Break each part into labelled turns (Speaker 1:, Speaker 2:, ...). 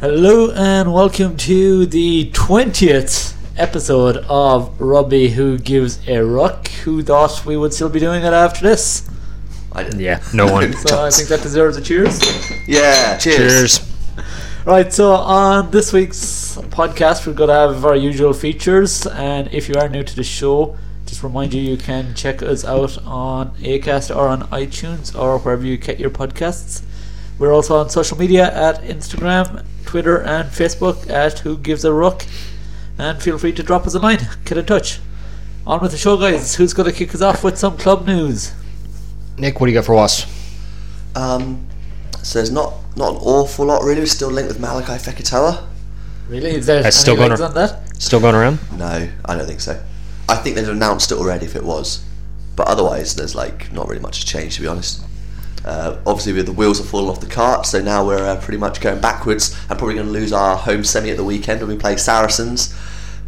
Speaker 1: Hello and welcome to the 20th episode of Robbie Who Gives a Rock. Who thought we would still be doing it after this?
Speaker 2: I didn't.
Speaker 3: Yeah, no one.
Speaker 1: So I think that deserves a cheers.
Speaker 2: Yeah. Cheers.
Speaker 3: Cheers.
Speaker 1: Right, so on this week's podcast, we're going to have our usual features. And if you are new to the show, just remind you you can check us out on Acast or on iTunes or wherever you get your podcasts. We're also on social media at Instagram, Twitter, and Facebook at Who Gives a Rook. And feel free to drop us a line, get in touch. On with the show, guys. Who's going to kick us off with some club news?
Speaker 3: Nick, what do you got for us?
Speaker 2: Um, so there's not not an awful lot really. We're still linked with Malachi Fekitoa.
Speaker 1: Really? Is there
Speaker 3: That's
Speaker 1: any
Speaker 3: still gonna-
Speaker 1: legs on that?
Speaker 3: Still going around?
Speaker 2: No, I don't think so. I think they'd announced it already if it was, but otherwise there's like not really much has changed to be honest. Uh, obviously, with the wheels have fallen off the cart, so now we're uh, pretty much going backwards and probably going to lose our home semi at the weekend when we play Saracens,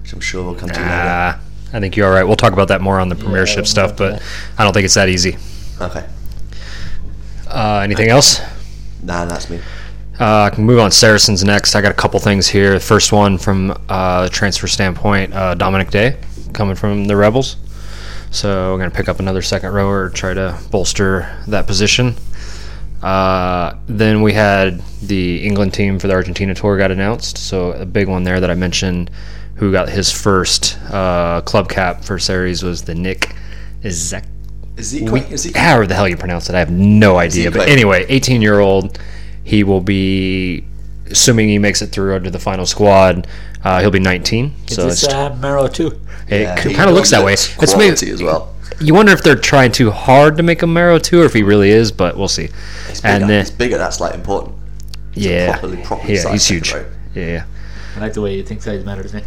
Speaker 2: which I'm sure we'll come to later.
Speaker 3: Ah, I think you're all right. We'll talk about that more on the premiership
Speaker 1: we'll
Speaker 3: stuff,
Speaker 1: talk
Speaker 3: but
Speaker 1: about
Speaker 3: I don't think it's that easy.
Speaker 2: Okay,
Speaker 3: Uh, anything else?
Speaker 2: nah, that's me.
Speaker 3: Uh, I can move on. Saracens next. I got a couple things here. First one from uh, transfer standpoint, uh, Dominic Day coming from the Rebels. So I'm going to pick up another second rower, try to bolster that position. Uh, then we had the England team for the Argentina tour got announced. So a big one there that I mentioned, who got his first uh, club cap for series was the Nick Ezek
Speaker 2: Ezekiel,
Speaker 3: we, however the hell you pronounce it, I have no idea. But
Speaker 2: Ezekiel.
Speaker 3: anyway, 18 year old, he will be, assuming he makes it through to the final squad, uh, he'll be 19. so
Speaker 1: Is
Speaker 3: it's,
Speaker 1: this uh, Marrow too?
Speaker 3: it kind of looks that way. It's
Speaker 2: quality
Speaker 3: maybe,
Speaker 2: as well.
Speaker 3: you wonder if they're trying too hard to make him Marrow too, or if he really is. But we'll see.
Speaker 2: It's bigger.
Speaker 3: And uh, then
Speaker 2: it's bigger. That's like important.
Speaker 3: yeah,
Speaker 2: properly- properly
Speaker 3: yeah,
Speaker 2: sized
Speaker 3: he's
Speaker 2: second
Speaker 3: huge.
Speaker 2: row.
Speaker 3: Yeah.
Speaker 1: I like the way you think size matters, Nick.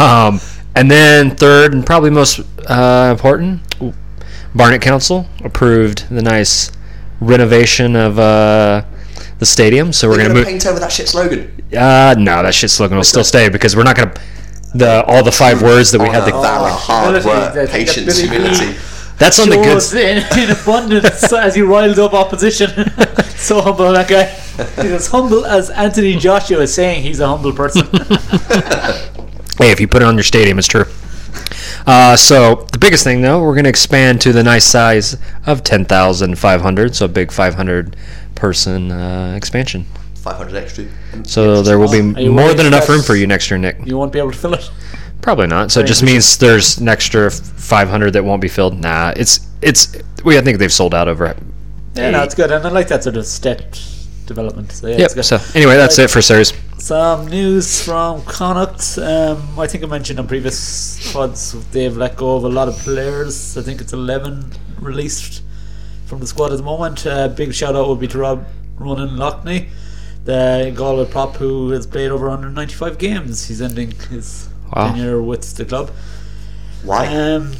Speaker 3: Um, and then third and probably most uh, important, Barnet Council approved the nice renovation of uh, the stadium. So we're
Speaker 2: We're
Speaker 3: gonna
Speaker 2: going to
Speaker 3: move.
Speaker 2: paint over that shit slogan.
Speaker 3: Uh, no, that shit slogan will still stay because we're not gonna the all the five words that we had.
Speaker 2: Oh,
Speaker 3: The,
Speaker 2: that hard
Speaker 1: Humility,
Speaker 2: work,
Speaker 1: that's-
Speaker 2: patience,
Speaker 1: that's really-
Speaker 2: humility.
Speaker 3: that's on the good.
Speaker 1: Yours in, in abundance as he riled up opposition. so humble that guy. He's as humble as Anthony Joshua is saying he's a humble person.
Speaker 3: Hey, if you put it on your stadium, it's true. Uh, so the biggest thing, though, we're going to expand to the nice size of ten thousand five hundred. So a big five hundred person uh, expansion.
Speaker 2: 500 extra.
Speaker 3: So there will be
Speaker 1: Are you
Speaker 3: more
Speaker 1: worried
Speaker 3: than enough room
Speaker 1: that's-
Speaker 3: for you next year, Nick.
Speaker 1: you won't be able to fill it.
Speaker 3: Probably not. So it just means there's an extra 500 that won't be filled. Nah, it's it's. We I think they've sold out over. it.
Speaker 1: Yeah, no, it's good. And I like that sort of step development. So, yeah, it's
Speaker 3: Yep.
Speaker 1: good.
Speaker 3: So anyway, that's it for series.
Speaker 1: Some news from Connacht. Um, I think I mentioned on previous pods they've let go of a lot of players. I think it's 11 released from the squad at the moment. Uh, big shout out would be to Rob Ronan Lockney, the Galway prop who has played over 195 games. He's ending his
Speaker 3: Wow.
Speaker 1: tenure with the club.
Speaker 2: Why?
Speaker 1: Um,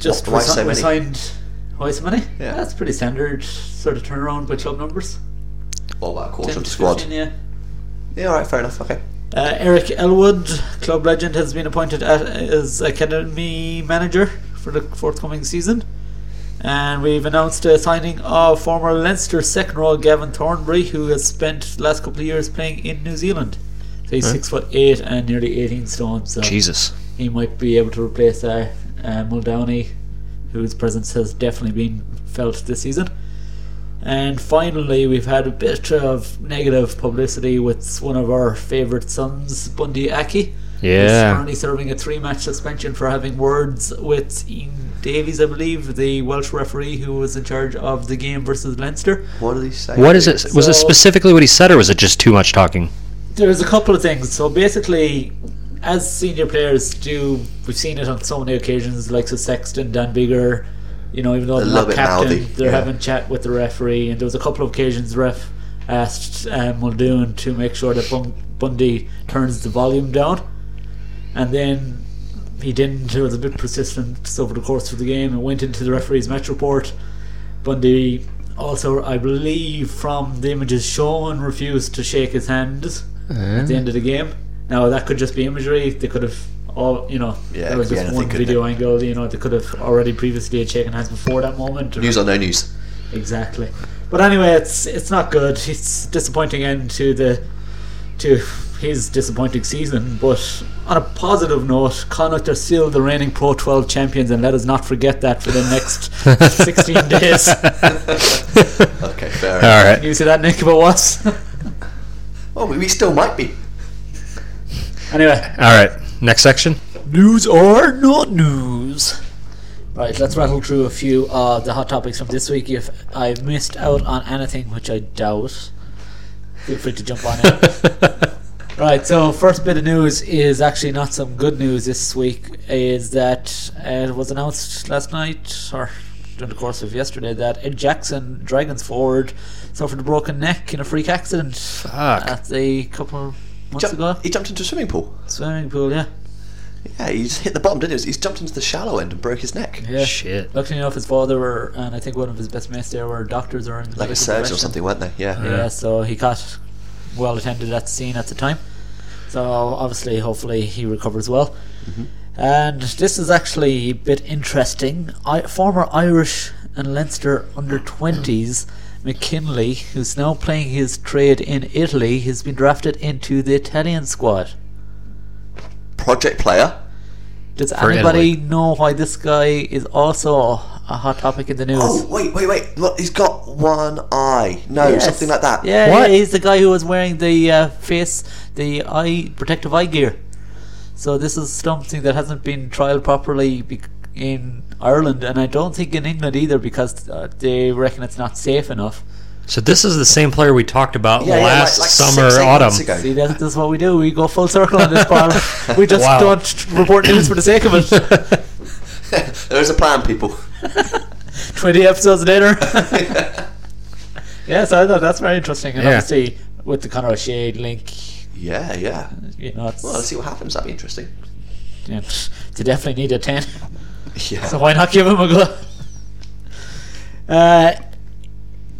Speaker 1: just
Speaker 2: Why- why
Speaker 1: resi-
Speaker 2: so many?
Speaker 1: resigned. Why so many?
Speaker 2: Yeah.
Speaker 1: That's pretty standard sort of turnaround by club numbers.
Speaker 2: well, about a quarter
Speaker 1: 10
Speaker 2: of the
Speaker 1: to
Speaker 2: squad.
Speaker 1: 15, yeah.
Speaker 2: Yeah, alright, fair enough. Okay.
Speaker 1: Uh, Eric Elwood, club legend, has been appointed at, as academy manager for the forthcoming season. And we've announced the signing of former Leinster second row Gavin Thornbury, who has spent the last couple of years playing in New Zealand. So he's six foot eight and nearly eighteen stone. So
Speaker 3: Jesus.
Speaker 1: he might be able to replace uh, uh, Muldowney, whose presence has definitely been felt this season. And finally, we've had a bit of negative publicity with one of our favourite sons, Bundy Aki. He's
Speaker 3: Yeah.
Speaker 1: currently serving a three match suspension for having words with Ian Davies, I believe, the Welsh referee who was in charge of the game versus Leinster.
Speaker 2: What did he say?
Speaker 3: What is it? Was it
Speaker 1: So-
Speaker 3: specifically what he said, or was it just too much talking?
Speaker 1: There's a couple of things. So basically, as senior players do, we've seen it on so many occasions, like so Sexton, Dan Bigger, you know, even though they're
Speaker 2: little
Speaker 1: not
Speaker 2: bit
Speaker 1: captain,
Speaker 2: mouthy,
Speaker 1: they're
Speaker 2: yeah.
Speaker 1: having chat with the referee. And there was a couple of occasions ref asked uh, Muldoon to make sure that Bun- Bundy turns the volume down, and then he didn't. It was a bit persistent over the course of the game. It went into the referee's match report. Bundy also, I believe, from the images shown, refused to shake his hand at the end of the game. Now that could just be imagery. They could have all you know.
Speaker 2: Yeah,
Speaker 1: there was
Speaker 2: it could be
Speaker 1: just
Speaker 2: anything,
Speaker 1: one
Speaker 2: couldn't
Speaker 1: video angle. You know, they could have already previously had shaken hands before that moment. or-
Speaker 2: News or no news?
Speaker 1: Exactly. But anyway, it's it's not good. It's disappointing end to the to his disappointing season. But on a positive note, Connacht are still the reigning Pro 12 champions, and let us not forget that for the next 16 days.
Speaker 2: Okay, fair
Speaker 3: All
Speaker 2: enough.
Speaker 3: right.
Speaker 1: You see that, Nick, about what?
Speaker 2: Oh, we, we still might be.
Speaker 1: anyway,
Speaker 3: All right. Next section.
Speaker 1: news or not news? Right, let's rattle through a few of the hot topics from this week. If I missed out on anything, which I doubt, feel free to jump on in. Right, so first bit of news is actually not some good news this week. Is that uh, it was announced last night or during the course of yesterday that Ed Jackson, Dragons forward, suffered a broken neck in a freak accident at the couple months
Speaker 2: Jump,
Speaker 1: ago
Speaker 2: he jumped into a swimming pool.
Speaker 1: swimming pool. Yeah,
Speaker 2: Yeah, he's hit the bottom, didn't he? He's jumped into the shallow end and broke his neck.
Speaker 1: yeah.
Speaker 3: Shit.
Speaker 1: Luckily enough, his father were, and I think one of his best mates there were doctors or in the
Speaker 2: Like
Speaker 1: medical
Speaker 2: a surgeon
Speaker 1: profession.
Speaker 2: or something, weren't they? Yeah.
Speaker 1: Yeah, so he got well attended at the scene at the time. So obviously, hopefully, he recovers well.
Speaker 3: Mm-hmm.
Speaker 1: And this is actually a bit interesting. I, former Irish and Leinster under 20s McKinley, who's now playing his trade in Italy, has been drafted into the Italian squad.
Speaker 2: Project player.
Speaker 1: Does
Speaker 3: For
Speaker 1: anybody
Speaker 3: Italy.
Speaker 1: know why this guy is also a hot topic in the news?
Speaker 2: Oh, wait, wait, wait. Look, he's got one eye. No,
Speaker 1: Yes.
Speaker 2: something like that.
Speaker 1: Yeah,
Speaker 3: What?
Speaker 1: yeah, he's the guy who was wearing the uh, face, the eye protective eye gear. So this is something that hasn't been trialed properly bec- in Ireland, and I don't think in England either because uh, they reckon it's not safe enough.
Speaker 3: So this is the same player we talked about
Speaker 2: Yeah, yeah,
Speaker 3: last
Speaker 2: like- like six,
Speaker 3: summer,
Speaker 2: eight months
Speaker 3: autumn.
Speaker 2: ago.
Speaker 1: See, that's, that's what we do. We go full circle on this part. We just
Speaker 3: Wow.
Speaker 1: don't report news for the sake of it.
Speaker 2: there is a plan, people.
Speaker 1: Twenty episodes later. yeah, so I thought that's very interesting, and
Speaker 3: Yeah.
Speaker 1: obviously with the Conor O'Shea link,
Speaker 2: yeah, yeah.
Speaker 1: you know, it's,
Speaker 2: Well, let's see what happens. That'd be interesting.
Speaker 1: you know, they definitely need a ten.
Speaker 2: Yeah.
Speaker 1: So why not give him a go? Uh,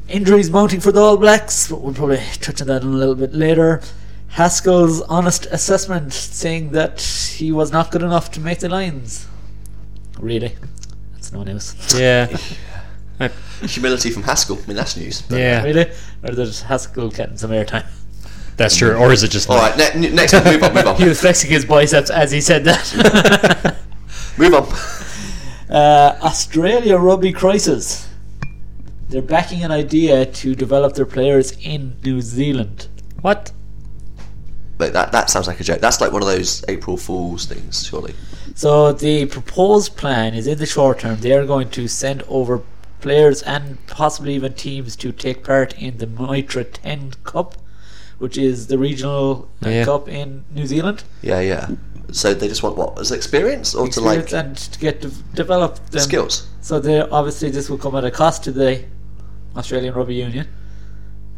Speaker 1: injuries mounting for the All Blacks, but we'll probably touch on that in a little bit later. Haskell's honest assessment saying that he was not good enough to make the Lions. Really? That's no news.
Speaker 3: Yeah.
Speaker 2: Humility from Haskell. I mean, that's news. but-
Speaker 3: Yeah.
Speaker 1: Really? Or does Haskell getting some airtime?
Speaker 3: That's true. Or is it just
Speaker 2: All right, ne- ne- next one. Move on, move
Speaker 1: He
Speaker 2: on.
Speaker 1: was flexing his biceps as he said that.
Speaker 2: move on.
Speaker 1: Uh, Australia Rugby Crisis. They're backing an idea to develop their players in New Zealand.
Speaker 3: what?
Speaker 2: Wait, that, that sounds like a joke. That's like one of those April Fool's things, surely.
Speaker 1: So the proposed plan is in the short term they are going to send over players and possibly even teams to take part in the Mitra 10 Cup, which is the regional uh,
Speaker 3: Yeah.
Speaker 1: cup in New Zealand.
Speaker 2: Yeah, yeah. So they just want what? As experience or
Speaker 1: Experience um,
Speaker 2: to like
Speaker 1: and to get to develop them.
Speaker 2: skills?
Speaker 1: So they're- obviously this will come at a cost to the Australian Rugby Union.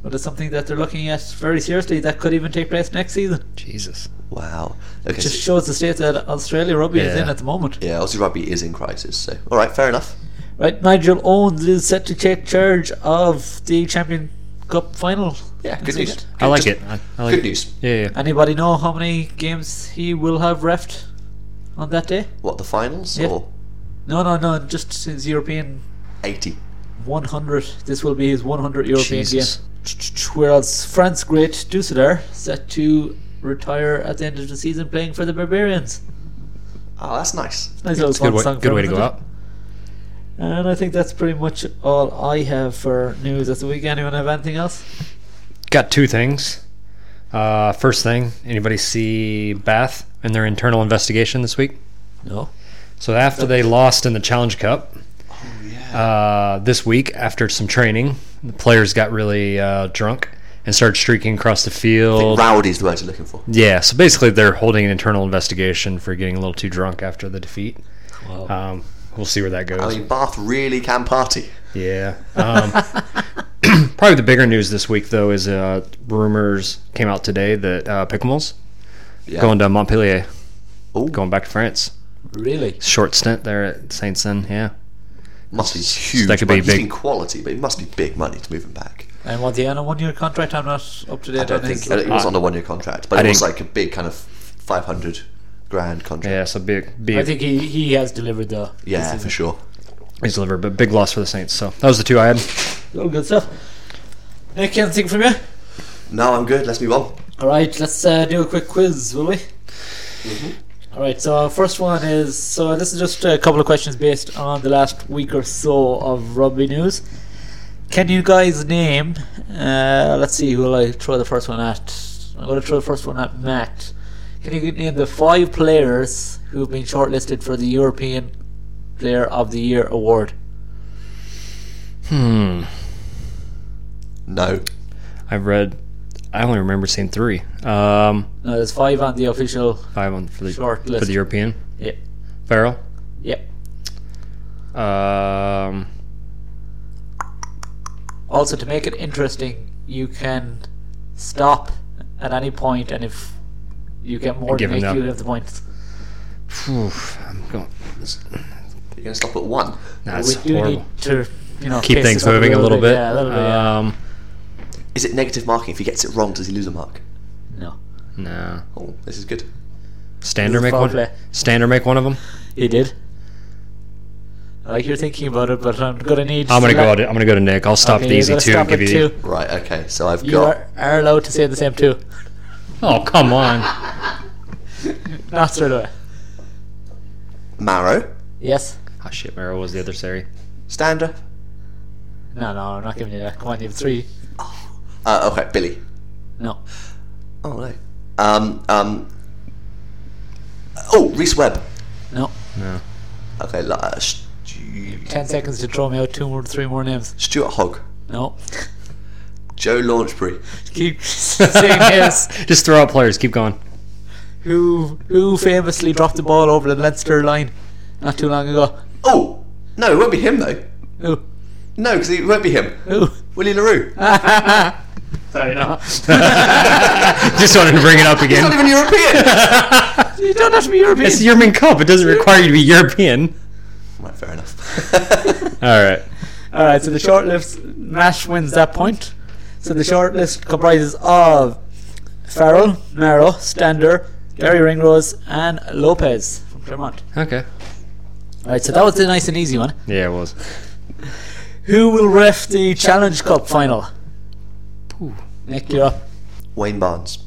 Speaker 1: But it's something that they're looking at very seriously. That could even take place next season.
Speaker 3: Jesus.
Speaker 2: Wow. Okay.
Speaker 1: Just
Speaker 2: so-
Speaker 1: shows the state that Australia rugby is
Speaker 3: Yeah.
Speaker 1: in at the moment.
Speaker 2: yeah, Aussie rugby is in crisis. So, all right, fair enough.
Speaker 1: Right, Nigel Owens is set to take charge of the Champion Cup final.
Speaker 2: Yeah,
Speaker 1: this
Speaker 2: good news.
Speaker 1: weekend.
Speaker 3: I like
Speaker 2: Just-
Speaker 3: it. I, I like
Speaker 2: Good
Speaker 3: it.
Speaker 2: news.
Speaker 3: Yeah, yeah.
Speaker 1: Anybody know how many games he will have refed on that day?
Speaker 2: What the finals
Speaker 1: Yeah.
Speaker 2: or
Speaker 1: No, no, no. Just since European
Speaker 2: eighty?
Speaker 1: 100, this will be his 100 European
Speaker 3: Jesus.
Speaker 1: game. Whereas France great Dusseldor set to retire at the end of the season playing for the Barbarians.
Speaker 2: Oh, that's nice.
Speaker 1: Nice little
Speaker 3: It's a good
Speaker 1: swan
Speaker 3: way,
Speaker 1: song
Speaker 3: good
Speaker 1: for
Speaker 3: way
Speaker 1: him,
Speaker 3: to go
Speaker 1: isn't it?
Speaker 3: out.
Speaker 1: And I think that's pretty much all I have for news at the week. Anyone have anything else?
Speaker 3: Got two things. Uh, first thing, anybody see Bath and their internal investigation this week?
Speaker 1: No.
Speaker 3: So after they lost in the Challenge Cup,
Speaker 2: Oh,
Speaker 3: uh, this week after some training, the players got really uh, drunk and started streaking across the field.
Speaker 2: Rowdy is the word you're looking for.
Speaker 3: Yeah, so basically they're holding an internal investigation for getting a little too drunk after the defeat.
Speaker 1: Wow.
Speaker 3: Um, we'll see where that goes.
Speaker 2: I mean, Bath really can party.
Speaker 3: Yeah. Um, probably the bigger news this week, though, is uh, rumors came out today that uh, Picklemal's
Speaker 2: Yeah.
Speaker 3: going to Montpellier,
Speaker 2: Ooh,
Speaker 3: going back to France.
Speaker 1: Really?
Speaker 3: Short stint there at Saint Sen. Yeah.
Speaker 2: must be huge.
Speaker 3: that could be
Speaker 2: money. He's
Speaker 3: big.
Speaker 2: in quality, but it must be big money to move him back.
Speaker 1: And was he on a one year contract? I'm not up to date
Speaker 2: I don't
Speaker 1: on
Speaker 2: think
Speaker 1: his-
Speaker 2: it was on a one-year contract, but
Speaker 3: I
Speaker 2: it was
Speaker 3: think-
Speaker 2: like a big kind of five hundred grand contract.
Speaker 3: Yeah. So big,
Speaker 1: I
Speaker 3: big
Speaker 1: think he, he has delivered though.
Speaker 2: Yeah, for sure.
Speaker 3: he's delivered, but big loss for the Saints. So that was the two I had.
Speaker 1: All good stuff. Nick, anything from you?
Speaker 2: No, I'm good. Let's move on.
Speaker 1: All right, let's uh, do a quick quiz, will we? All right. So first one is so this is just a couple of questions based on the last week or so of rugby news. Can you guys name? Uh, let's see. Who will I throw the first one at? I'm going to throw the first one at Matt. Can you name the five players who have been shortlisted for the European Player of the Year award?
Speaker 3: Hmm.
Speaker 2: No.
Speaker 3: I've read. I only remember seeing three. Um,
Speaker 1: No, there's five on the official.
Speaker 3: five on for the
Speaker 1: Short
Speaker 3: for
Speaker 1: list.
Speaker 3: the European.
Speaker 1: Yep.
Speaker 3: Farrell.
Speaker 1: Yep.
Speaker 3: Um,
Speaker 1: Also, to make it interesting, you can stop at any point, and if you get more
Speaker 3: Give
Speaker 1: than
Speaker 3: him
Speaker 1: eight, you
Speaker 3: that.
Speaker 1: have the points.
Speaker 3: phew, I'm going.
Speaker 2: You're gonna stop at one.
Speaker 3: That's
Speaker 1: we do
Speaker 3: horrible.
Speaker 1: need to you know,
Speaker 3: Keep
Speaker 1: pace
Speaker 3: things
Speaker 1: this up
Speaker 3: moving a little bit.
Speaker 1: Yeah, a little bit. yeah.
Speaker 3: Um,
Speaker 2: Is it negative marking? If he gets it wrong, does he lose a mark?
Speaker 1: No,
Speaker 3: no.
Speaker 2: Oh, this is good.
Speaker 3: Stander
Speaker 1: This is
Speaker 3: make
Speaker 1: foul
Speaker 3: one.
Speaker 1: play.
Speaker 3: Stander make one of them.
Speaker 1: you did. I like you're thinking about it, but I'm gonna need.
Speaker 3: I'm gonna
Speaker 1: to
Speaker 3: go.
Speaker 1: let-
Speaker 3: I'm gonna go to Nick. I'll stop
Speaker 1: Okay,
Speaker 3: the
Speaker 1: you're
Speaker 3: easy
Speaker 1: gonna
Speaker 3: two
Speaker 1: stop
Speaker 3: and give
Speaker 1: at
Speaker 3: you. the
Speaker 1: two.
Speaker 2: Right. Okay. So I've
Speaker 1: You
Speaker 2: got.
Speaker 1: are, are allowed to say the same two.
Speaker 3: Oh come on.
Speaker 1: Not straight away.
Speaker 2: Marrow,
Speaker 1: Yes.
Speaker 3: Oh shit, Merrill was the other Sari.
Speaker 2: Stander.
Speaker 1: No, no, I'm not giving you that. Come on, you have three.
Speaker 2: Uh, okay, Billy.
Speaker 1: No.
Speaker 2: Oh no. Um. Um. Oh, Reese Webb.
Speaker 1: No.
Speaker 3: No.
Speaker 2: Okay. la- Uh, Stu-
Speaker 1: Ten seconds to throw me out two more, three more names.
Speaker 2: Stuart Hogg.
Speaker 1: No.
Speaker 2: Joe Launchbury.
Speaker 1: Keep saying yes.
Speaker 3: Just throw out players. Keep going.
Speaker 1: who who famously dropped the ball over the Leinster line not too long ago.
Speaker 2: Oh no, it won't be him though.
Speaker 1: Who?
Speaker 2: No, because it won't be him.
Speaker 1: Who?
Speaker 2: Willie Larue.
Speaker 1: Ah. Sorry, no.
Speaker 3: Just wanted to bring it up
Speaker 2: He's not
Speaker 3: again.
Speaker 2: even European.
Speaker 1: you don't have to be European.
Speaker 3: It's the European Cup. It doesn't require you to be European.
Speaker 2: right. Fair enough.
Speaker 3: All right.
Speaker 1: All right, so the short list Nash wins that point. So the short list comprises of Farrell, Merrow, Stander, Gary Ringrose, and Lopez from Claremont.
Speaker 3: Okay.
Speaker 1: All right, so that was a nice and easy one.
Speaker 3: Yeah, it was.
Speaker 1: Who will ref the Challenge Cup final? Nick, you're up.
Speaker 2: Wayne Barnes.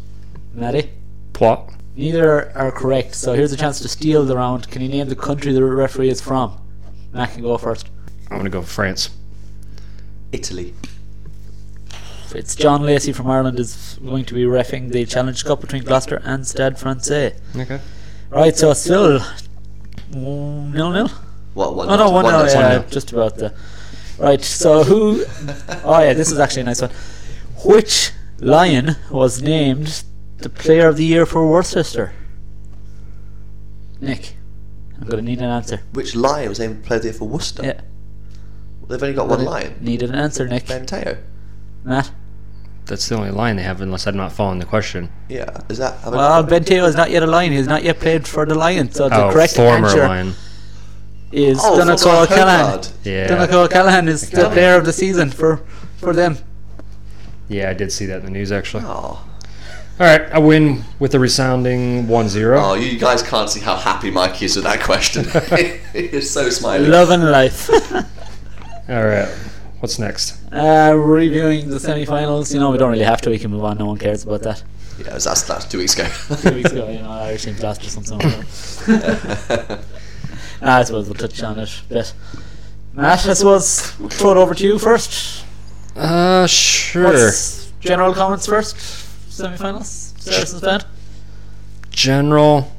Speaker 1: Maddie?
Speaker 3: Plot.
Speaker 1: Neither are correct, so here's a chance to steal the round. Can you name the country the referee is from? Matt can go first.
Speaker 3: I'm gonna go France.
Speaker 2: Italy.
Speaker 1: It's John Lacey from Ireland is going to be refing the Challenge Cup between Gloucester and Stade Francais.
Speaker 3: Okay.
Speaker 1: Right, so still mm, nil nil.
Speaker 2: What? One.
Speaker 1: Oh no, one nil.
Speaker 2: nil,
Speaker 1: Yeah,
Speaker 2: nil.
Speaker 1: just about the. Right, so who? Oh yeah, this is actually a nice one. Which lion was named the Player of the Year for Worcester? Nick, I'm going to need an answer.
Speaker 2: Which lion was named player of the year for Worcester?
Speaker 1: Yeah.
Speaker 2: They've only got one lion.
Speaker 1: Needed an answer, Nick.
Speaker 2: Ben Teo.
Speaker 1: Matt.
Speaker 3: That's the only line they have, unless I'm not following the question.
Speaker 2: Yeah. Is that? have I-
Speaker 1: Well, Benteo is not yet a lion. He's not yet played for the Lions. So the
Speaker 3: oh,
Speaker 1: correct
Speaker 3: former
Speaker 1: answer
Speaker 3: line.
Speaker 1: is
Speaker 2: Oh,
Speaker 1: Donegal
Speaker 2: Fulton
Speaker 1: O'Callaghan.
Speaker 2: Hogarth.
Speaker 3: Yeah.
Speaker 1: Donegal O'Callaghan is the
Speaker 2: Yeah.
Speaker 1: player of the season for for them.
Speaker 3: Yeah, I did see that in the news actually. All
Speaker 2: Oh.
Speaker 3: right, I win with a resounding 1-0.
Speaker 2: Oh, you guys can't see how happy Mike is with that question. He's so smiling.
Speaker 1: Love and life.
Speaker 3: All right. What's next?
Speaker 1: uh, reviewing the semi-finals. You know, we don't really have to. We can move on. No one cares about that.
Speaker 2: Yeah, it was- that's, that's two weeks ago.
Speaker 1: Two weeks ago, you know, Irish team lost or something. Ah, I suppose we'll touch on it a bit. Matt, I suppose we'll throw it over to you first.
Speaker 3: Uh, sure.
Speaker 1: What's- general comments first. Semi-finals. Saracens fan.
Speaker 3: general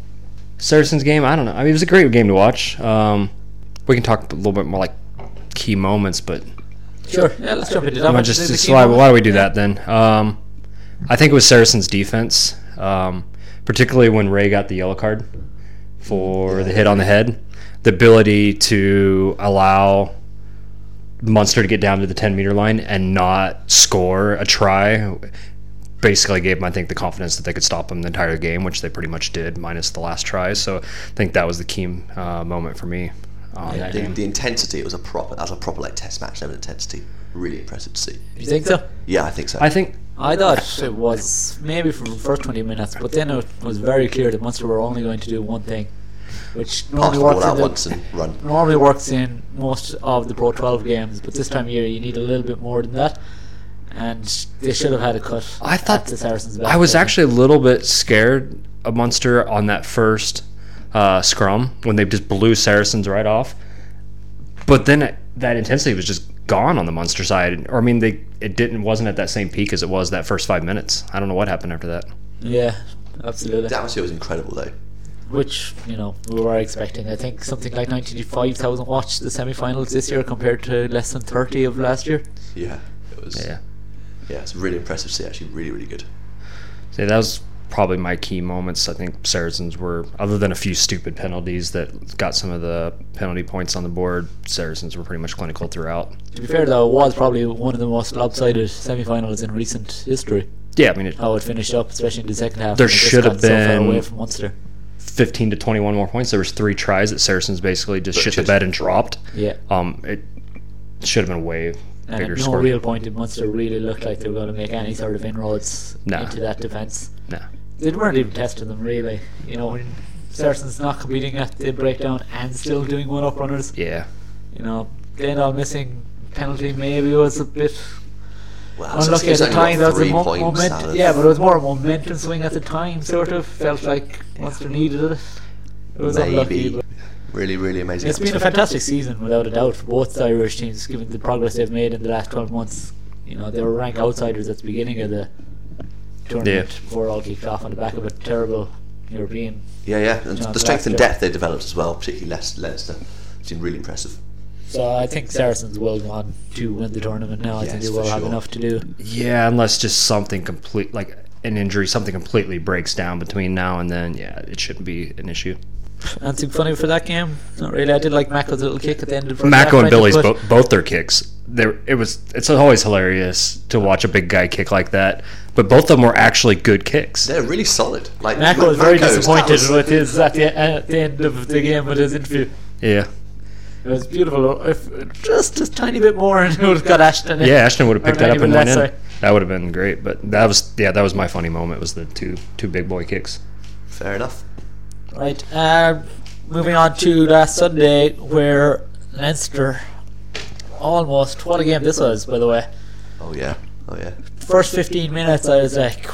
Speaker 3: Saracens game. I don't know. I mean, it was a great game to watch. Um, we can talk a little bit more like key moments, but
Speaker 1: Sure. Yeah, let's jump into that.
Speaker 3: Am I
Speaker 1: one.
Speaker 3: just,
Speaker 1: Is it
Speaker 3: just
Speaker 1: key
Speaker 3: why,
Speaker 1: moment?
Speaker 3: why do we do that then? Um, I think it was Saracen's defense, um, particularly when Ray got the yellow card for the hit on the head. The ability to allow Munster to get down to the 10 meter line and not score a try basically gave them, I think, the confidence that they could stop them the entire game, which they pretty much did, minus the last try. So I think that was the key uh, moment for me. On that
Speaker 2: the,
Speaker 3: game.
Speaker 2: the intensity, it was a proper, that was a proper like test match level intensity. Really impressive to see.
Speaker 1: You think so?
Speaker 2: Yeah, I think so.
Speaker 3: I think
Speaker 1: I thought it was maybe for the first 20 minutes, but then it was very clear that Munster were only going to do one thing, which
Speaker 2: Pass
Speaker 1: normally
Speaker 2: the ball
Speaker 1: works, in
Speaker 2: out
Speaker 1: the-
Speaker 2: once and run.
Speaker 1: normally works in most of the Pro 12 games, but this time of year you need a little bit more than that. and they should have had a cut.
Speaker 3: I thought-
Speaker 1: at the Saracens.
Speaker 3: I was
Speaker 1: back.
Speaker 3: actually a little bit scared of Munster on that first uh, scrum when they just blew Saracens right off. But then it, that intensity was just gone on the Munster side. Or I mean, they it didn't wasn't at that same peak as it was that first five minutes. I don't know what happened after that.
Speaker 1: yeah, absolutely.
Speaker 2: The atmosphere was incredible though.
Speaker 1: Which you know we were expecting. I think something like ninety-five thousand watched the semi-finals this year compared to less than thirty of last year.
Speaker 2: Yeah, it was.
Speaker 3: Yeah.
Speaker 2: Yeah, it's really impressive to see. Actually, really, really good.
Speaker 3: So that was probably my key moments. I think Saracens were, other than a few stupid penalties that got some of the penalty points on the board. Saracens were pretty much clinical throughout.
Speaker 1: To be fair though, it was probably one of the most lopsided semi-finals in recent history.
Speaker 3: Yeah, I mean, it,
Speaker 1: How it finished up, especially in the second half.
Speaker 3: There
Speaker 1: when it just
Speaker 3: should have
Speaker 1: got so far
Speaker 3: been-
Speaker 1: away from Munster.
Speaker 3: 15 to 21 more points. There was three tries that Saracens basically just shit the
Speaker 2: just-
Speaker 3: bed and dropped.
Speaker 1: Yeah.
Speaker 3: Um, it should have been a way
Speaker 1: And
Speaker 3: bigger
Speaker 1: at no
Speaker 3: score.
Speaker 1: real point did Munster really look like they were going to make any sort of inroads
Speaker 3: No.
Speaker 1: into that defence.
Speaker 3: Nah.
Speaker 1: They weren't even testing them really. You know, when Saracens not competing at the breakdown and still doing one up runners,
Speaker 3: Yeah.
Speaker 1: you know, then all missing penalty maybe was a bit
Speaker 2: Wow, Ah, so
Speaker 1: unlucky at
Speaker 2: it's
Speaker 1: the
Speaker 2: only got
Speaker 1: time. That was a
Speaker 2: three
Speaker 1: mo-
Speaker 2: points out
Speaker 1: moment,
Speaker 2: of-
Speaker 1: yeah, but it was more a momentum swing at the time. Sort of felt like Munster needed it. It was unlucky.
Speaker 2: maybe.
Speaker 1: But
Speaker 2: Really, really amazing.
Speaker 1: it's been a
Speaker 2: atmosphere.
Speaker 1: fantastic season, without a doubt, for both the Irish teams, given the progress they've made in the last 12 months. You know, they were rank outsiders at the beginning of the tournament
Speaker 3: Yeah.
Speaker 1: before it all kicked off on the back of a terrible European.
Speaker 2: Yeah, yeah. And
Speaker 1: No,
Speaker 2: the strength and
Speaker 1: Leicester.
Speaker 2: depth they developed as well, particularly Leic- Leicester. It's been really impressive.
Speaker 1: So I think Saracens will go on to win the tournament now. I think
Speaker 2: Yes,
Speaker 1: they will
Speaker 2: for
Speaker 1: have
Speaker 2: sure.
Speaker 1: enough to do.
Speaker 3: Yeah, unless just something complete, like an injury, something completely breaks down between now and then. Yeah, it shouldn't be an issue.
Speaker 1: Anything funny for that game? Not really. I did like Mackle's little kick at the end of the first half,
Speaker 3: Mako and
Speaker 1: right,
Speaker 3: Billy's
Speaker 1: but-
Speaker 3: bo- both their kicks. There, it was. It's always hilarious to watch a big guy kick like that. But both of them were actually good kicks.
Speaker 2: They're really solid. Like
Speaker 1: Macko was very
Speaker 2: Macko's- that
Speaker 1: disappointed
Speaker 2: was-
Speaker 1: with his at the, at the end of the game with his interview.
Speaker 3: Yeah,
Speaker 1: It was beautiful. If just a tiny bit more, and it would have got Ashton. In.
Speaker 3: yeah. Ashton would have
Speaker 1: Or
Speaker 3: picked that
Speaker 1: not
Speaker 3: up and
Speaker 1: even
Speaker 3: went
Speaker 1: that,
Speaker 3: in.
Speaker 1: sorry.
Speaker 3: That would have been great. But that was, yeah, that was my funny moment. Was the two two big boy kicks.
Speaker 2: Fair enough.
Speaker 1: Right. Uh, moving on to last Sunday, where Leinster almost. What a game this was, by the way.
Speaker 2: Oh yeah. Oh yeah.
Speaker 1: First 15 minutes, I was like,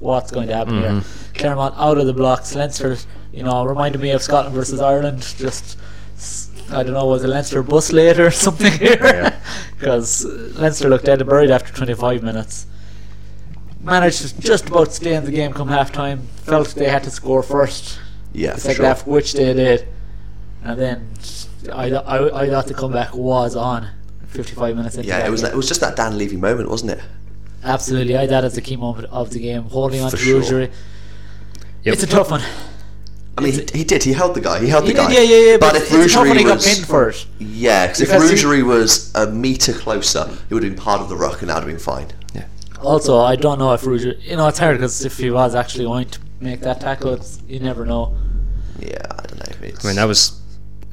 Speaker 1: what's going to happen here?
Speaker 2: Mm-hmm.
Speaker 1: Claremont out of the blocks. Leinster, you know, reminded me of Scotland versus Ireland. Just, s- I don't know, was a Leinster bus late or something
Speaker 3: Yeah.
Speaker 1: here? Because Leinster looked dead and buried after 25 minutes. Managed to just about stay in the game come half time. Felt they had to score first
Speaker 2: Yeah.
Speaker 1: the
Speaker 2: for
Speaker 1: second
Speaker 2: sure.
Speaker 1: half, which they did. And then I, th- I, I thought the comeback was on 55 minutes into
Speaker 2: Yeah,
Speaker 1: that
Speaker 2: it was
Speaker 1: game.
Speaker 2: that, it was just that Dan Levy moment, wasn't it?
Speaker 1: Absolutely, I thought it's the key moment of the game, holding on
Speaker 3: For
Speaker 1: to
Speaker 3: sure.
Speaker 1: Rosary.
Speaker 3: Yep.
Speaker 1: It's a tough one.
Speaker 2: I mean, he, he did. He held the guy. He held
Speaker 1: He
Speaker 2: the guy.
Speaker 1: did, yeah, yeah, yeah, but,
Speaker 2: if
Speaker 1: it's a tough when
Speaker 2: Rougerie
Speaker 1: he got
Speaker 2: was-
Speaker 1: pinned for it.
Speaker 2: Yeah, 'cause
Speaker 1: Because he-
Speaker 2: if Rougerie was a metre closer, he would have been part of the ruck and that would have been fine.
Speaker 3: Yeah.
Speaker 1: Also, I don't know if Rougerie, you know, it's hard because if he was actually going to make that tackle, it's, you never know.
Speaker 2: Yeah, I don't know. It's,
Speaker 3: I mean, that was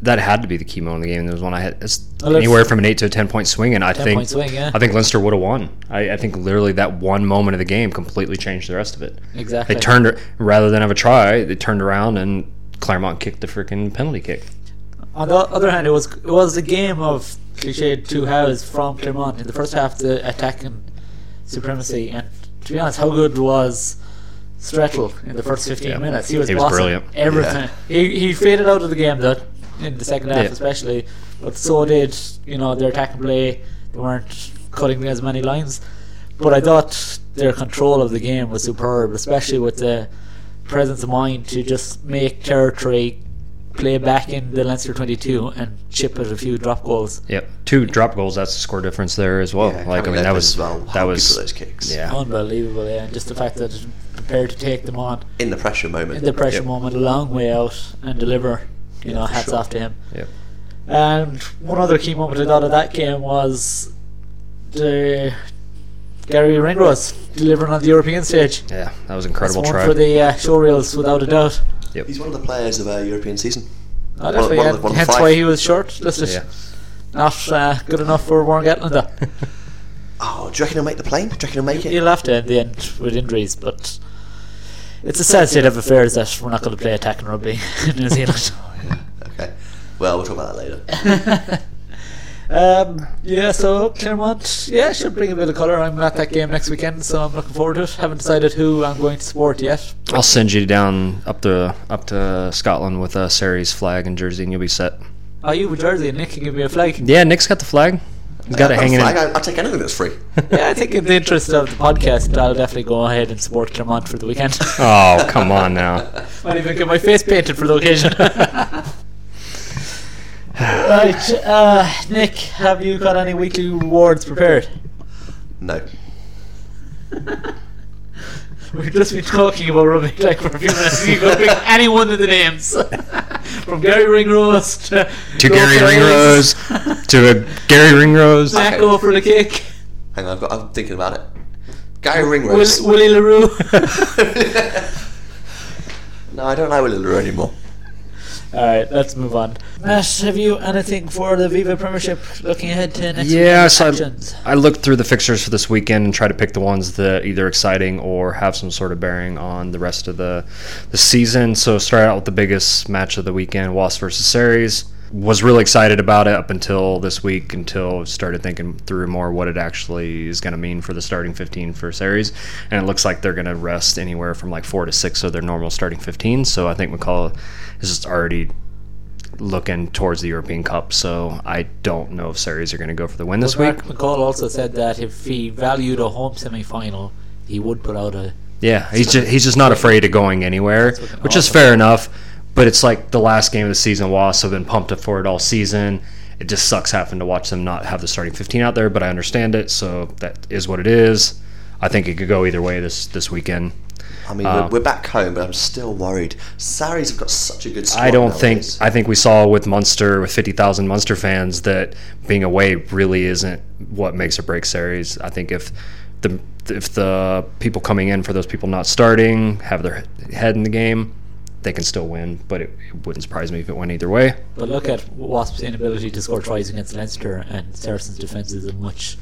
Speaker 3: that had to be the key moment of the game. There was one I had it's
Speaker 1: Well, Oh, that's-
Speaker 3: anywhere from an eight to a ten point swing, and I
Speaker 1: 10
Speaker 3: think
Speaker 1: point swing, yeah.
Speaker 3: I think Leinster would have won. I, I think literally that one moment of the game completely changed the rest of it.
Speaker 1: Exactly.
Speaker 3: They turned rather than have a try, they turned around and Claremont kicked the freaking penalty kick.
Speaker 1: On the other hand, it was it was a game of cliched two halves from Clermont. In the first half, the attacking supremacy, and to be honest, how good was Strettel in the first 15
Speaker 3: Yeah.
Speaker 1: minutes? He was,
Speaker 3: He was
Speaker 1: bossing
Speaker 3: brilliant.
Speaker 1: Everything. He, he faded out of the game though in the second half,
Speaker 3: Yeah.
Speaker 1: especially. But so did you know their attacking play. They weren't cutting as many lines, but I thought their control of the game was superb, especially with the presence of mind to just make territory play back in the Leinster 22 and chip at a few drop goals.
Speaker 3: Yep, two drop goals. That's the score difference there as well.
Speaker 2: Yeah,
Speaker 3: like I
Speaker 2: Cameron
Speaker 3: mean, that
Speaker 2: Leppard
Speaker 3: was
Speaker 2: as well.
Speaker 3: that
Speaker 2: How good
Speaker 3: was
Speaker 2: were those kicks?
Speaker 3: Yeah,
Speaker 1: Unbelievable, yeah. And just the fact that it prepared to take them on
Speaker 2: in the pressure moment.
Speaker 1: in the pressure
Speaker 3: Yep.
Speaker 1: moment a long way out and deliver. You know,
Speaker 2: for
Speaker 1: hats
Speaker 2: sure.
Speaker 1: off to him.
Speaker 3: yep.
Speaker 1: And one other key moment I thought of that game was the Gary Ringrose delivering on the European stage.
Speaker 3: yeah, that
Speaker 1: That's
Speaker 3: was incredible
Speaker 1: one
Speaker 3: try.
Speaker 1: for the uh, showreels, without a doubt.
Speaker 3: yep.
Speaker 2: He's one of the players of our European season.
Speaker 1: I
Speaker 2: One-
Speaker 1: definitely
Speaker 2: one of
Speaker 1: had-
Speaker 2: the- one of the
Speaker 1: hence
Speaker 2: five.
Speaker 1: why he was short. This is
Speaker 3: Yeah.
Speaker 1: not uh, good enough for Warren Gatland. though.
Speaker 2: Oh, do you reckon he'll make the plane? Do you reckon he'll make
Speaker 1: He'll
Speaker 2: it?
Speaker 1: have to in the end with injuries, but it's a sad state of affairs that we're not going to play attacking rugby in New Zealand.
Speaker 2: Okay. Well, we'll talk about that later.
Speaker 1: uh, Um, yeah, so Claremont, yeah, should bring a bit of colour. I'm at that game next weekend, so I'm looking forward to it. Haven't decided who I'm going to support yet.
Speaker 3: I'll send you down up the up to Scotland with a Ceres flag and jersey, and you'll be set.
Speaker 1: Oh, you with Jersey and Nick can give me a flag.
Speaker 3: Yeah, Nick's got the flag. He's got it hanging
Speaker 2: Flag,
Speaker 3: in.
Speaker 2: I, I'll take anything that's free.
Speaker 1: Yeah, I think in the interest of the podcast, I'll definitely go ahead and support Claremont for the weekend.
Speaker 3: Oh, come on now.
Speaker 1: Might even get my face painted for the occasion. right, uh, Nick, have you got any weekly rewards prepared?
Speaker 2: No.
Speaker 1: We've just been talking about Robbie Tech for a few minutes. You could pick any one of the names. From Gary Ringrose to,
Speaker 3: To
Speaker 1: Go
Speaker 3: Gary
Speaker 1: for the
Speaker 3: Ringrose,
Speaker 1: Ace,
Speaker 3: to a Gary Ringrose.
Speaker 1: Mac
Speaker 2: Okay.
Speaker 1: over for the kick.
Speaker 2: Hang on, I've got, I'm thinking about it. Gary
Speaker 1: Will,
Speaker 2: Ringrose.
Speaker 1: Willie LaRue.
Speaker 2: no, I don't like Willie LaRue anymore.
Speaker 1: Alright, let's move on. Matt, have you anything for the Viva Premiership looking ahead to next
Speaker 3: Yeah,
Speaker 1: week's
Speaker 3: so
Speaker 1: actions?
Speaker 3: I, I looked through the fixtures for this weekend and try to pick the ones that either exciting or have some sort of bearing on the rest of the the season. So start out with the biggest match of the weekend, Wasp versus Series. Was really excited about it up until this week, until started thinking through more what it actually is going to mean for the starting 15 for Series. And it looks like they're going to rest anywhere from like four to six of their normal starting 15. So I think McCall is just already looking towards the European Cup. So I don't know if Series are going to go for the win this
Speaker 1: Mark
Speaker 3: week.
Speaker 1: McCall also said that if he valued a home semi final, he would put out a.
Speaker 3: Yeah, he's just, he's just not afraid of going anywhere,
Speaker 1: looking
Speaker 3: which is
Speaker 1: awesome.
Speaker 3: fair enough. But it's like the last game of the season. Wasps have been pumped up for it all season. It just sucks having to watch them not have the starting 15 out there, but I understand it, so that is what it is. I think it could go either way this this weekend.
Speaker 2: I mean,
Speaker 1: Ah.
Speaker 2: we're, we're back home, but I'm still worried. Saris have got such a good squad.
Speaker 3: I don't think
Speaker 2: nowadays.
Speaker 3: I think we saw with Munster with 50,000 Munster fans that being away really isn't what makes or breaks series. I think if the if the people coming in for those people not starting have their head in the game, they can still win. But it, it wouldn't surprise me if it went either way.
Speaker 1: But look at Wasp's inability to score tries against Leinster, and Saracen's defence is a much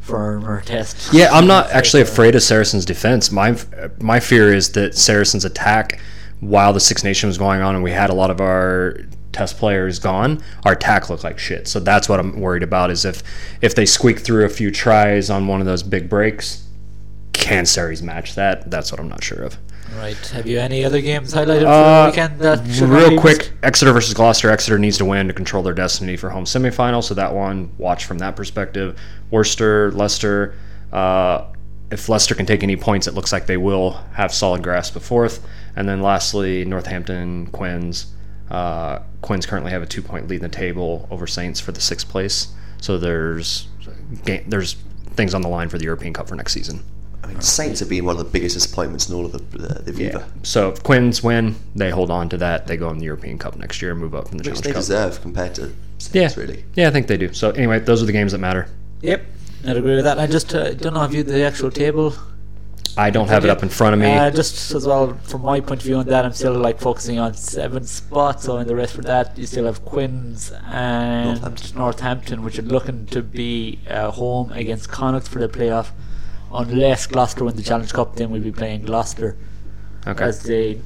Speaker 1: firmer test.
Speaker 3: Yeah, I'm not actually afraid of Saracen's defense. My my fear is that Saracen's attack, while the Six Nations was going on and we had a lot of our test players gone, our attack looked like shit. So that's what I'm worried about is if if they squeak through a few tries on one of those big breaks, can Ceres match that? That's what I'm not sure of.
Speaker 1: Right. Have you any other games highlighted
Speaker 3: Uh,
Speaker 1: for the weekend that should not be
Speaker 3: Real
Speaker 1: missed?
Speaker 3: quick, Exeter versus Gloucester. Exeter needs to win to control their destiny for home semifinal. So that one, watch from that perspective. Worcester, Leicester. Uh, if Leicester can take any points, it looks like they will have solid grasp of fourth. And then lastly, Northampton, Quinns. Uh, Quinns currently have a two-point lead in the table over Saints for the sixth place. So there's ga- there's things on the line for the European Cup for next season.
Speaker 2: I mean, Saints have been one of the biggest disappointments in all of the the, the Viva,
Speaker 3: So if Quinns win, they hold on to that. They go in the European Cup next year and move up in the
Speaker 2: which
Speaker 3: Challenge
Speaker 2: they
Speaker 3: Cup.
Speaker 2: deserve compared to Saints,
Speaker 3: Yeah,
Speaker 2: really.
Speaker 3: Yeah, I think they do. So anyway, those are the games that matter.
Speaker 1: Yep. I'd agree with that. I just uh, don't know if you the actual table.
Speaker 3: I don't have it up in front of me.
Speaker 1: Uh, just as well, from my point of view on that, I'm still like focusing on seven spots. So in the rest for that, you still have Quinns and Northampton,
Speaker 2: Northampton.
Speaker 1: which are looking to be uh, home against Connacht for the playoff. Unless Gloucester win the Challenge Cup, then we'll be playing Gloucester
Speaker 3: okay.
Speaker 1: as the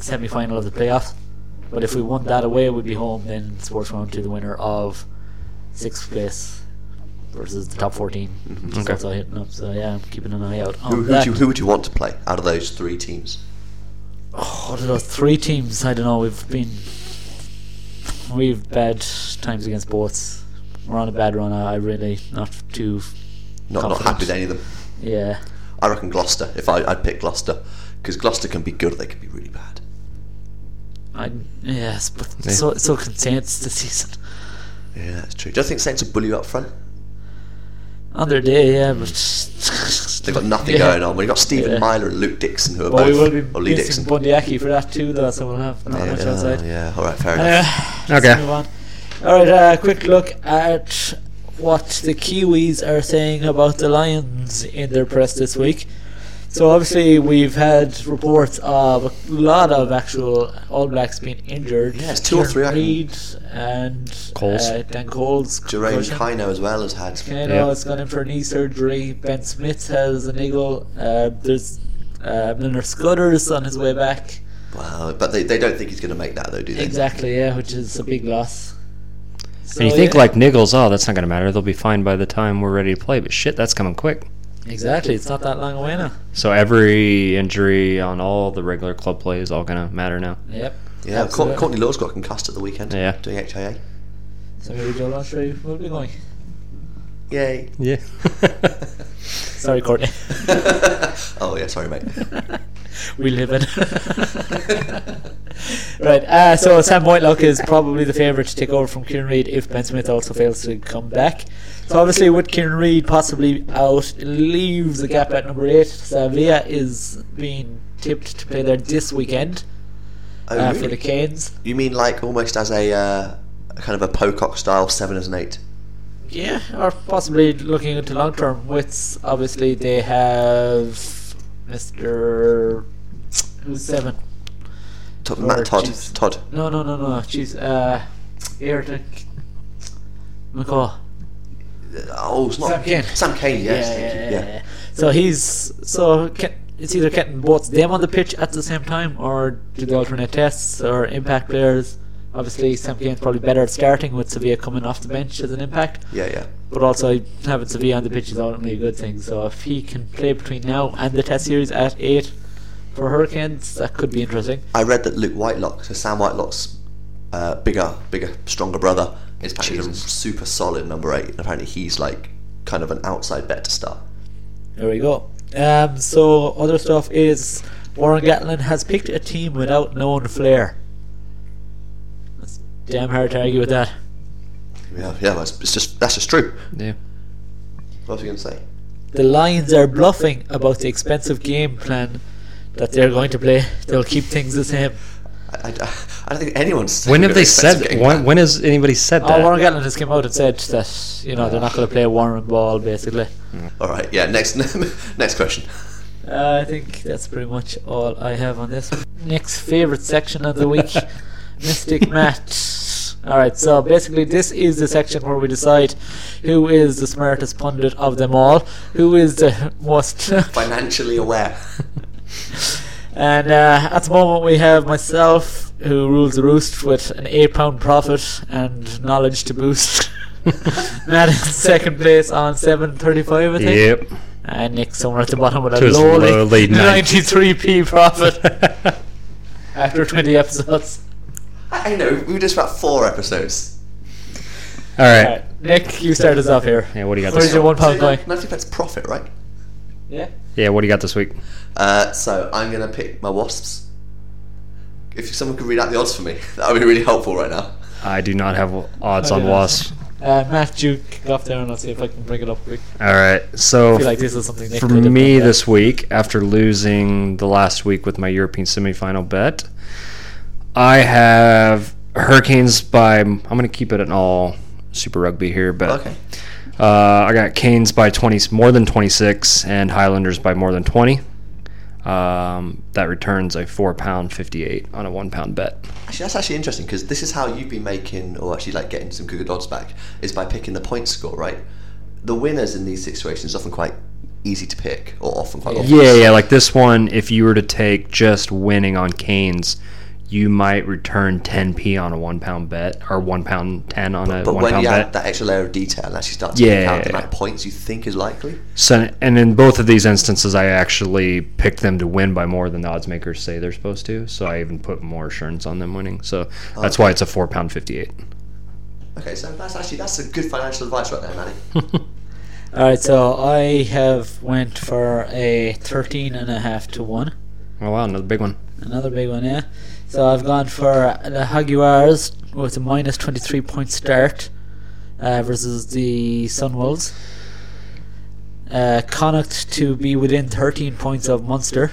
Speaker 1: semi-final of the playoff. But if we won that away, we'd be home. Then it's worth round to the winner of sixth place versus the top 14 which is
Speaker 3: Okay.
Speaker 1: also hitting up. So yeah, I'm keeping an eye out on
Speaker 2: Who, who,
Speaker 1: Oh, that.
Speaker 2: would you, who would you want to play out of those three teams?
Speaker 1: What are Oh, those three teams? I don't know. We've been we've bad times against both. We're on a bad run. I I really not too.
Speaker 2: Not not
Speaker 1: Confident.
Speaker 2: happy with any of them.
Speaker 1: Yeah,
Speaker 2: I reckon Gloucester. If I, I'd pick Gloucester, because Gloucester can be good, they can be really bad.
Speaker 1: I yes, but
Speaker 3: Yeah.
Speaker 1: so so contains this season.
Speaker 2: Yeah, that's true. Do you think Saints will bully you up front?
Speaker 1: On their day, yeah, but
Speaker 2: They've got nothing
Speaker 1: Yeah.
Speaker 2: going on. We've got Stephen
Speaker 1: Yeah.
Speaker 2: Myler and Luke Dixon, who are
Speaker 1: Well, we will
Speaker 2: both
Speaker 1: be
Speaker 2: or Lee
Speaker 1: missing
Speaker 2: Dixon.
Speaker 1: Bundyaki for that too, though, so we'll have not
Speaker 2: yeah,
Speaker 1: much outside.
Speaker 2: yeah, all right, fair
Speaker 1: Uh,
Speaker 2: enough.
Speaker 1: let's
Speaker 3: Okay.
Speaker 1: move on. All right, uh, quick look at what the Kiwis are saying about the Lions in their press this week. So obviously we've had reports of a lot of actual All Blacks being injured.
Speaker 2: Yes, two or
Speaker 1: Kieran
Speaker 2: three, I reckon.
Speaker 1: Reid and
Speaker 3: Coles.
Speaker 1: Uh, Dan Coles.
Speaker 2: Jerome
Speaker 1: concussion.
Speaker 2: Kino as well has had.
Speaker 1: Kano
Speaker 3: Yeah.
Speaker 1: has gone in for knee surgery. Ben Smith has an eagle. Uh, there's uh, Milner Scudder's on his way back.
Speaker 2: Wow, but they, they don't think he's going to make that though, do they?
Speaker 1: Exactly, yeah, which is a big loss. So,
Speaker 3: and you think
Speaker 1: yeah.
Speaker 3: like niggles, oh, that's not going to matter. They'll be fine by the time we're ready to play. But shit, that's coming quick.
Speaker 1: exactly, it's not that long away now.
Speaker 3: So every injury on all the regular club play is all going to matter now.
Speaker 1: Yep.
Speaker 2: Yeah, Cour-
Speaker 1: Absolutely.
Speaker 2: Courtney Law's got concussed at the weekend.
Speaker 3: Yeah.
Speaker 2: Doing HIA.
Speaker 1: So maybe Joel Osprey will be going.
Speaker 2: Yay.
Speaker 3: Yeah.
Speaker 1: Sorry, Courtney.
Speaker 2: oh, yeah, sorry, mate.
Speaker 1: Ah, we live in. right, uh, so Sam Whitelock is probably the favourite to take over from Kieran Reid if Ben Smith also fails to come back. So obviously with Kieran Reid possibly out, leaves a gap at number eight. Savia is being tipped to play there this weekend
Speaker 2: Oh,
Speaker 1: uh, for
Speaker 2: really?
Speaker 1: the Canes.
Speaker 2: You mean like almost as a uh, kind of a Pocock style seven as an eight?
Speaker 1: Yeah, or possibly looking into long term. With obviously they have Mr. Who's seven?
Speaker 2: Todd,
Speaker 1: Or
Speaker 2: Matt Todd.
Speaker 1: Jesus.
Speaker 2: Todd.
Speaker 1: No, no, no, no. She's uh, Eric McCall.
Speaker 2: Oh, it's not
Speaker 1: Sam Kane.
Speaker 2: Sam Kane, yes.
Speaker 1: yeah,
Speaker 2: thank
Speaker 1: yeah,
Speaker 2: you.
Speaker 1: yeah, yeah. So he's so ca- it's either getting both them on the pitch at the same time, or do the alternate tests or impact players. Obviously, Sam Kane's probably better at starting with Sevilla coming off the bench as an impact.
Speaker 2: yeah, yeah.
Speaker 1: But also having Sevilla on the pitch is ultimately a good thing. So if he can play between now and the Test series at eight for Hurricanes, that could be interesting.
Speaker 2: I read that Luke Whitelock, so Sam Whitelock's uh, bigger, bigger, stronger brother, is apparently a
Speaker 3: Jesus.
Speaker 2: super solid number eight. And apparently he's like kind of an outside bet to start.
Speaker 1: There we go. Um, so other stuff is Warren Gatlin has picked a team without known flair. That's damn hard to argue with that.
Speaker 2: Yeah, yeah, that's it's just that's just true.
Speaker 3: yeah.
Speaker 2: What was you gonna say?
Speaker 1: The Lions are bluffing about the expensive game plan that they're going to play. They'll keep things the same.
Speaker 2: I, I, I don't think anyone's. saying
Speaker 3: When have
Speaker 2: they're
Speaker 3: they
Speaker 2: expensive
Speaker 3: said?
Speaker 2: getting
Speaker 3: When,
Speaker 2: back.
Speaker 3: when has anybody said
Speaker 1: Oh, Warren
Speaker 3: that?
Speaker 1: Gatlin has come out and said that you know they're not going to play Warren Ball basically.
Speaker 2: All right, yeah. Next, next question.
Speaker 1: Uh, I think that's pretty much all I have on this. Next favorite section of the week, Mystic Matt. All right, so basically this is the section where we decide who is the smartest pundit of them all, who is the most.
Speaker 2: Financially aware.
Speaker 1: and uh, at the moment we have myself, who rules the roost with an eight pound profit and knowledge to boost. Matt in second place on seven thirty-five, I think.
Speaker 3: Yep.
Speaker 1: And Nick somewhere at the bottom with a
Speaker 3: To his
Speaker 1: lowly,
Speaker 3: lowly
Speaker 1: 93p profit after 20 episodes.
Speaker 2: I know. We were just about four episodes.
Speaker 3: All right.
Speaker 1: Alright, Nick, you start us off here.
Speaker 3: Yeah. What do you got?
Speaker 1: Where's
Speaker 3: This
Speaker 1: your one pound going?
Speaker 2: Ninety pence profit, right?
Speaker 1: Yeah.
Speaker 3: Yeah. What do you got this week?
Speaker 2: Uh, so I'm gonna pick my wasps. If someone could read out the odds for me, that would be really helpful right now.
Speaker 3: I do not have odds
Speaker 1: Oh,
Speaker 3: on
Speaker 1: yeah.
Speaker 3: wasps.
Speaker 1: Uh, Matt, you go off there and I'll see if I can bring it up quick.
Speaker 3: All right.
Speaker 1: I
Speaker 3: So
Speaker 1: feel like this is something Nick
Speaker 3: for
Speaker 1: could have
Speaker 3: me
Speaker 1: done, yeah.
Speaker 3: this week, after losing the last week with my European semifinal bet, I have Hurricanes by. I'm going to keep it an all Super Rugby here, but
Speaker 2: Okay.
Speaker 3: uh, I got Canes by 20, more than 26, and Highlanders by more than 20. Um, that returns a four pound 58 on a one pound bet.
Speaker 2: Actually, that's actually interesting because this is how you've been making, or actually like getting some good odds back, is by picking the point score, right? The winners in these situations are often quite easy to pick, or often quite obvious.
Speaker 3: Yeah, yeah. Like this one, if you were to take just winning on Canes, you might return 10p on a one pound bet or one pound 10 on a
Speaker 2: But
Speaker 3: one
Speaker 2: when
Speaker 3: pound
Speaker 2: you
Speaker 3: bet.
Speaker 2: add that extra layer of detail and actually start to pick
Speaker 3: Yeah.
Speaker 2: out the amount of points you think is likely,
Speaker 3: So, and in both of these instances, I actually picked them to win by more than the odds makers say they're supposed to. So I even put more assurance on them winning. So that's why it's a four pound 58.
Speaker 2: okay, so that's actually that's a good financial advice right there, Manny.
Speaker 1: Alright, so I have went for a 13 and a half to 1.
Speaker 3: Oh wow, another big one.
Speaker 1: Another big one, yeah. So I've gone for the Jaguars with a minus 23 point start uh, versus the Sunwolves. Uh, Connacht to be within 13 points of Munster.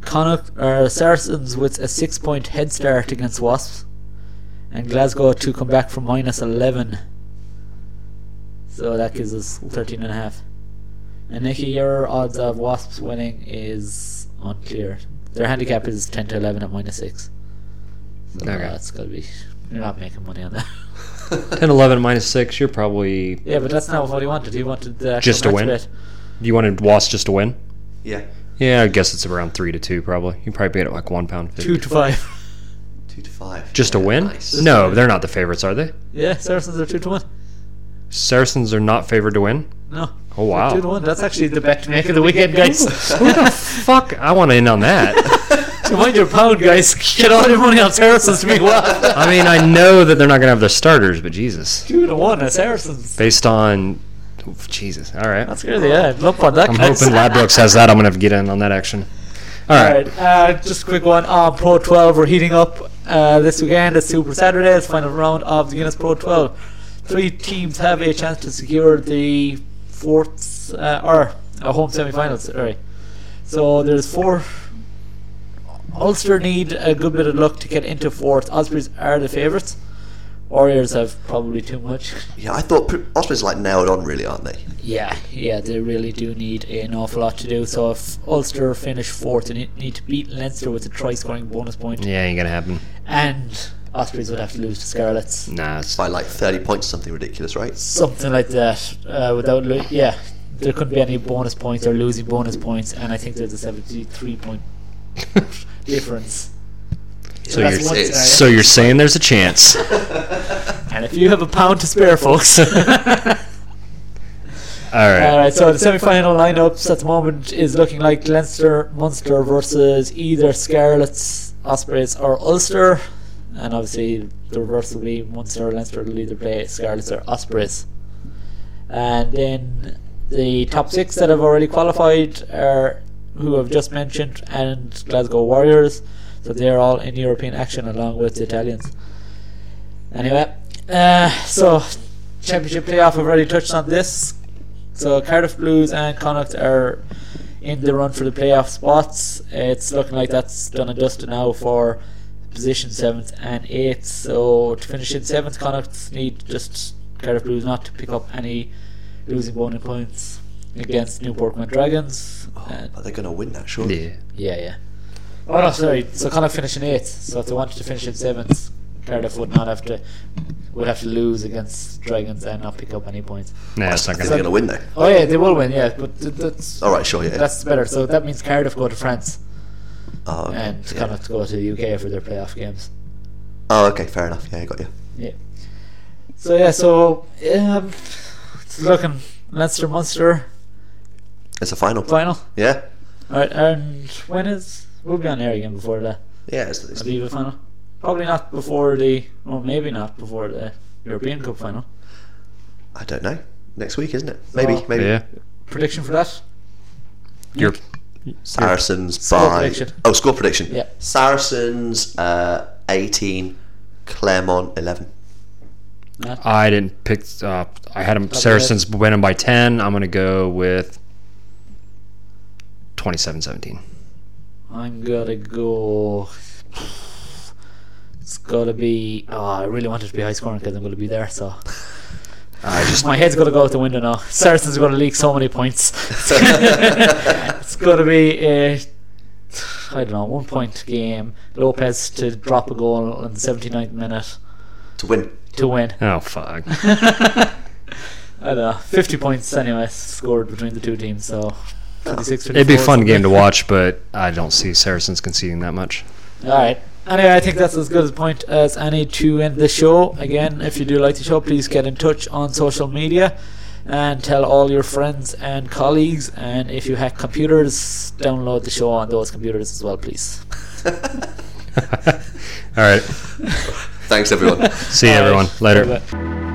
Speaker 1: Connacht or Saracens with a 6 point head start against Wasps. And Glasgow to come back from minus 11. So that gives us 13 and a half. And Nicky, your odds of Wasps winning is unclear. Their handicap is 10 to 11 at minus 6. So
Speaker 3: Okay.
Speaker 1: that's going to be. You're not making money on that.
Speaker 3: 10, 11 minus six. You're probably
Speaker 1: yeah, but that's not what he wanted. He wanted the actual
Speaker 3: Just to
Speaker 1: match
Speaker 3: win?
Speaker 1: bet.
Speaker 3: you wanted Wasps just to win.
Speaker 2: Yeah.
Speaker 3: Yeah, I guess it's around three to two probably. You probably paid it like one pound fifty.
Speaker 1: Two to five.
Speaker 2: Two to five.
Speaker 3: Just a
Speaker 2: Yeah,
Speaker 3: win?
Speaker 2: nice.
Speaker 3: No, they're not the favorites, are they?
Speaker 1: Yeah, Saracens are two to one.
Speaker 3: Saracens are not favored to win.
Speaker 1: No.
Speaker 3: Oh wow!
Speaker 1: Two to one. That's actually the bet to make of the weekend, guys.
Speaker 3: Who the fuck? I want in on that.
Speaker 1: So mind your pound, guys. Get all your money on Saracens to make one.
Speaker 3: I mean, I know that they're not gonna have their starters, but Jesus,
Speaker 1: two to one at Saracens.
Speaker 3: based on Jesus, all right.
Speaker 1: That's crazy. Yeah, look on that.
Speaker 3: I'm
Speaker 1: guys.
Speaker 3: hoping Ladbrokes has that. I'm gonna have to get in on that action. All
Speaker 1: All
Speaker 3: right.
Speaker 1: right, uh, just a quick one on Pro 12. We're heating up uh, this weekend. It's Super Saturday, it's final round of the Guinness Pro 12. Three teams have a chance to secure the fourth uh, or uh, home semi-finals. Sorry. So there's four. Ulster need a good bit of luck to get into fourth. Ospreys are the favourites. Warriors have probably too much.
Speaker 2: Yeah, I thought pr- Ospreys like nailed on, really, aren't they?
Speaker 1: Yeah, yeah, they really do need an awful lot to do. So if Ulster finish fourth, they need to beat Leinster with a try-scoring bonus point.
Speaker 3: Yeah, ain't gonna happen.
Speaker 1: and Ospreys would have to lose to Scarlets.
Speaker 3: Nah, it's
Speaker 2: By like 30 points, something ridiculous, right?
Speaker 1: Something like that. Uh, without, lo- yeah, there couldn't be any bonus points or losing bonus points, and I think there's a 73 point difference.
Speaker 3: So
Speaker 1: that's
Speaker 3: you're-
Speaker 1: one
Speaker 2: it's-
Speaker 1: scenario.
Speaker 3: So you're saying there's a chance?
Speaker 1: and if you have a pound to spare, folks.
Speaker 3: All right.
Speaker 1: All right, so the semi-final lineups at the moment is looking like Leinster, Munster versus either Scarlets, Ospreys, or Ulster, and obviously the reverse will be Munster, or Leinster will either play Scarlets or Ospreys, and then the top six that have already qualified are who I've just mentioned and Glasgow Warriors, so they're all in European action along with the Italians. Anyway, uh, so championship playoff. I've already touched on this. So Cardiff Blues and Connacht are in the run for the playoff spots. It's looking like that's done and dusted now for position seventh and eighth. So to finish in seventh, Connacht need just Cardiff Blues not to pick up any losing bonus points against Newport Dragons.
Speaker 2: Oh,
Speaker 1: And
Speaker 2: but they're going to win that, surely.
Speaker 3: Yeah.
Speaker 1: yeah, yeah. Oh no, sorry. So Connacht finished in eighth. So if they wanted to finish in seventh, Cardiff would not have to would have to lose against Dragons and not pick up any points.
Speaker 3: Nah, it's
Speaker 2: I
Speaker 3: not
Speaker 2: think they're
Speaker 3: gonna.
Speaker 2: going to win, though.
Speaker 1: Oh yeah, they will win. Yeah, but th- that's
Speaker 2: All right, sure, yeah.
Speaker 1: that's better. So that means Cardiff go to France
Speaker 2: oh, okay.
Speaker 1: and
Speaker 2: yeah.
Speaker 1: Connacht go to the UK for their playoff games.
Speaker 2: Oh, okay, fair enough. Yeah, I got you.
Speaker 1: Yeah. So yeah, so um, it's looking Leinster Munster
Speaker 2: It's a final.
Speaker 1: final.
Speaker 2: Yeah?
Speaker 1: All right, and when is we'll be on air again before the
Speaker 2: Yeah, it's, it's,
Speaker 1: Aviva final? Probably not before the, well, maybe not before the European Cup final.
Speaker 2: I don't know. Next week, isn't it? Maybe,
Speaker 1: Oh.
Speaker 2: maybe.
Speaker 3: Yeah.
Speaker 1: Prediction for that?
Speaker 3: You're.
Speaker 2: Saracens
Speaker 1: Score
Speaker 2: by
Speaker 1: prediction.
Speaker 2: oh score prediction.
Speaker 1: Yeah.
Speaker 2: Saracens uh, eighteen, Clermont eleven.
Speaker 1: Matt?
Speaker 3: I didn't pick. Uh, I had them. Saracens winning by ten. I'm gonna go with. 27-17.
Speaker 1: I'm gonna go. It's gotta be. Oh, I really want it to be high scoring because I'm gonna be there. So
Speaker 2: I just
Speaker 1: my head's gonna go out the window now. Saracens are gonna leak so many points. it's gonna be a. I don't know, one point game. Lopez to drop a goal in the 79th minute
Speaker 2: to win.
Speaker 1: to win.
Speaker 3: Oh fuck!
Speaker 1: I don't know, 50 points anyway scored between the two teams. So 56.
Speaker 3: It'd be a
Speaker 1: 54.
Speaker 3: fun game to watch, but I don't see Saracens conceding that much.
Speaker 1: All right. Anyway, I think that's as good a point as any to end the show. Again, if you do like the show, please get in touch on social media and tell all your friends and colleagues. And if you hack computers, download the show on those computers as well, please.
Speaker 3: All right.
Speaker 2: Thanks everyone.
Speaker 3: See you, everyone. Later.
Speaker 1: Bye-bye.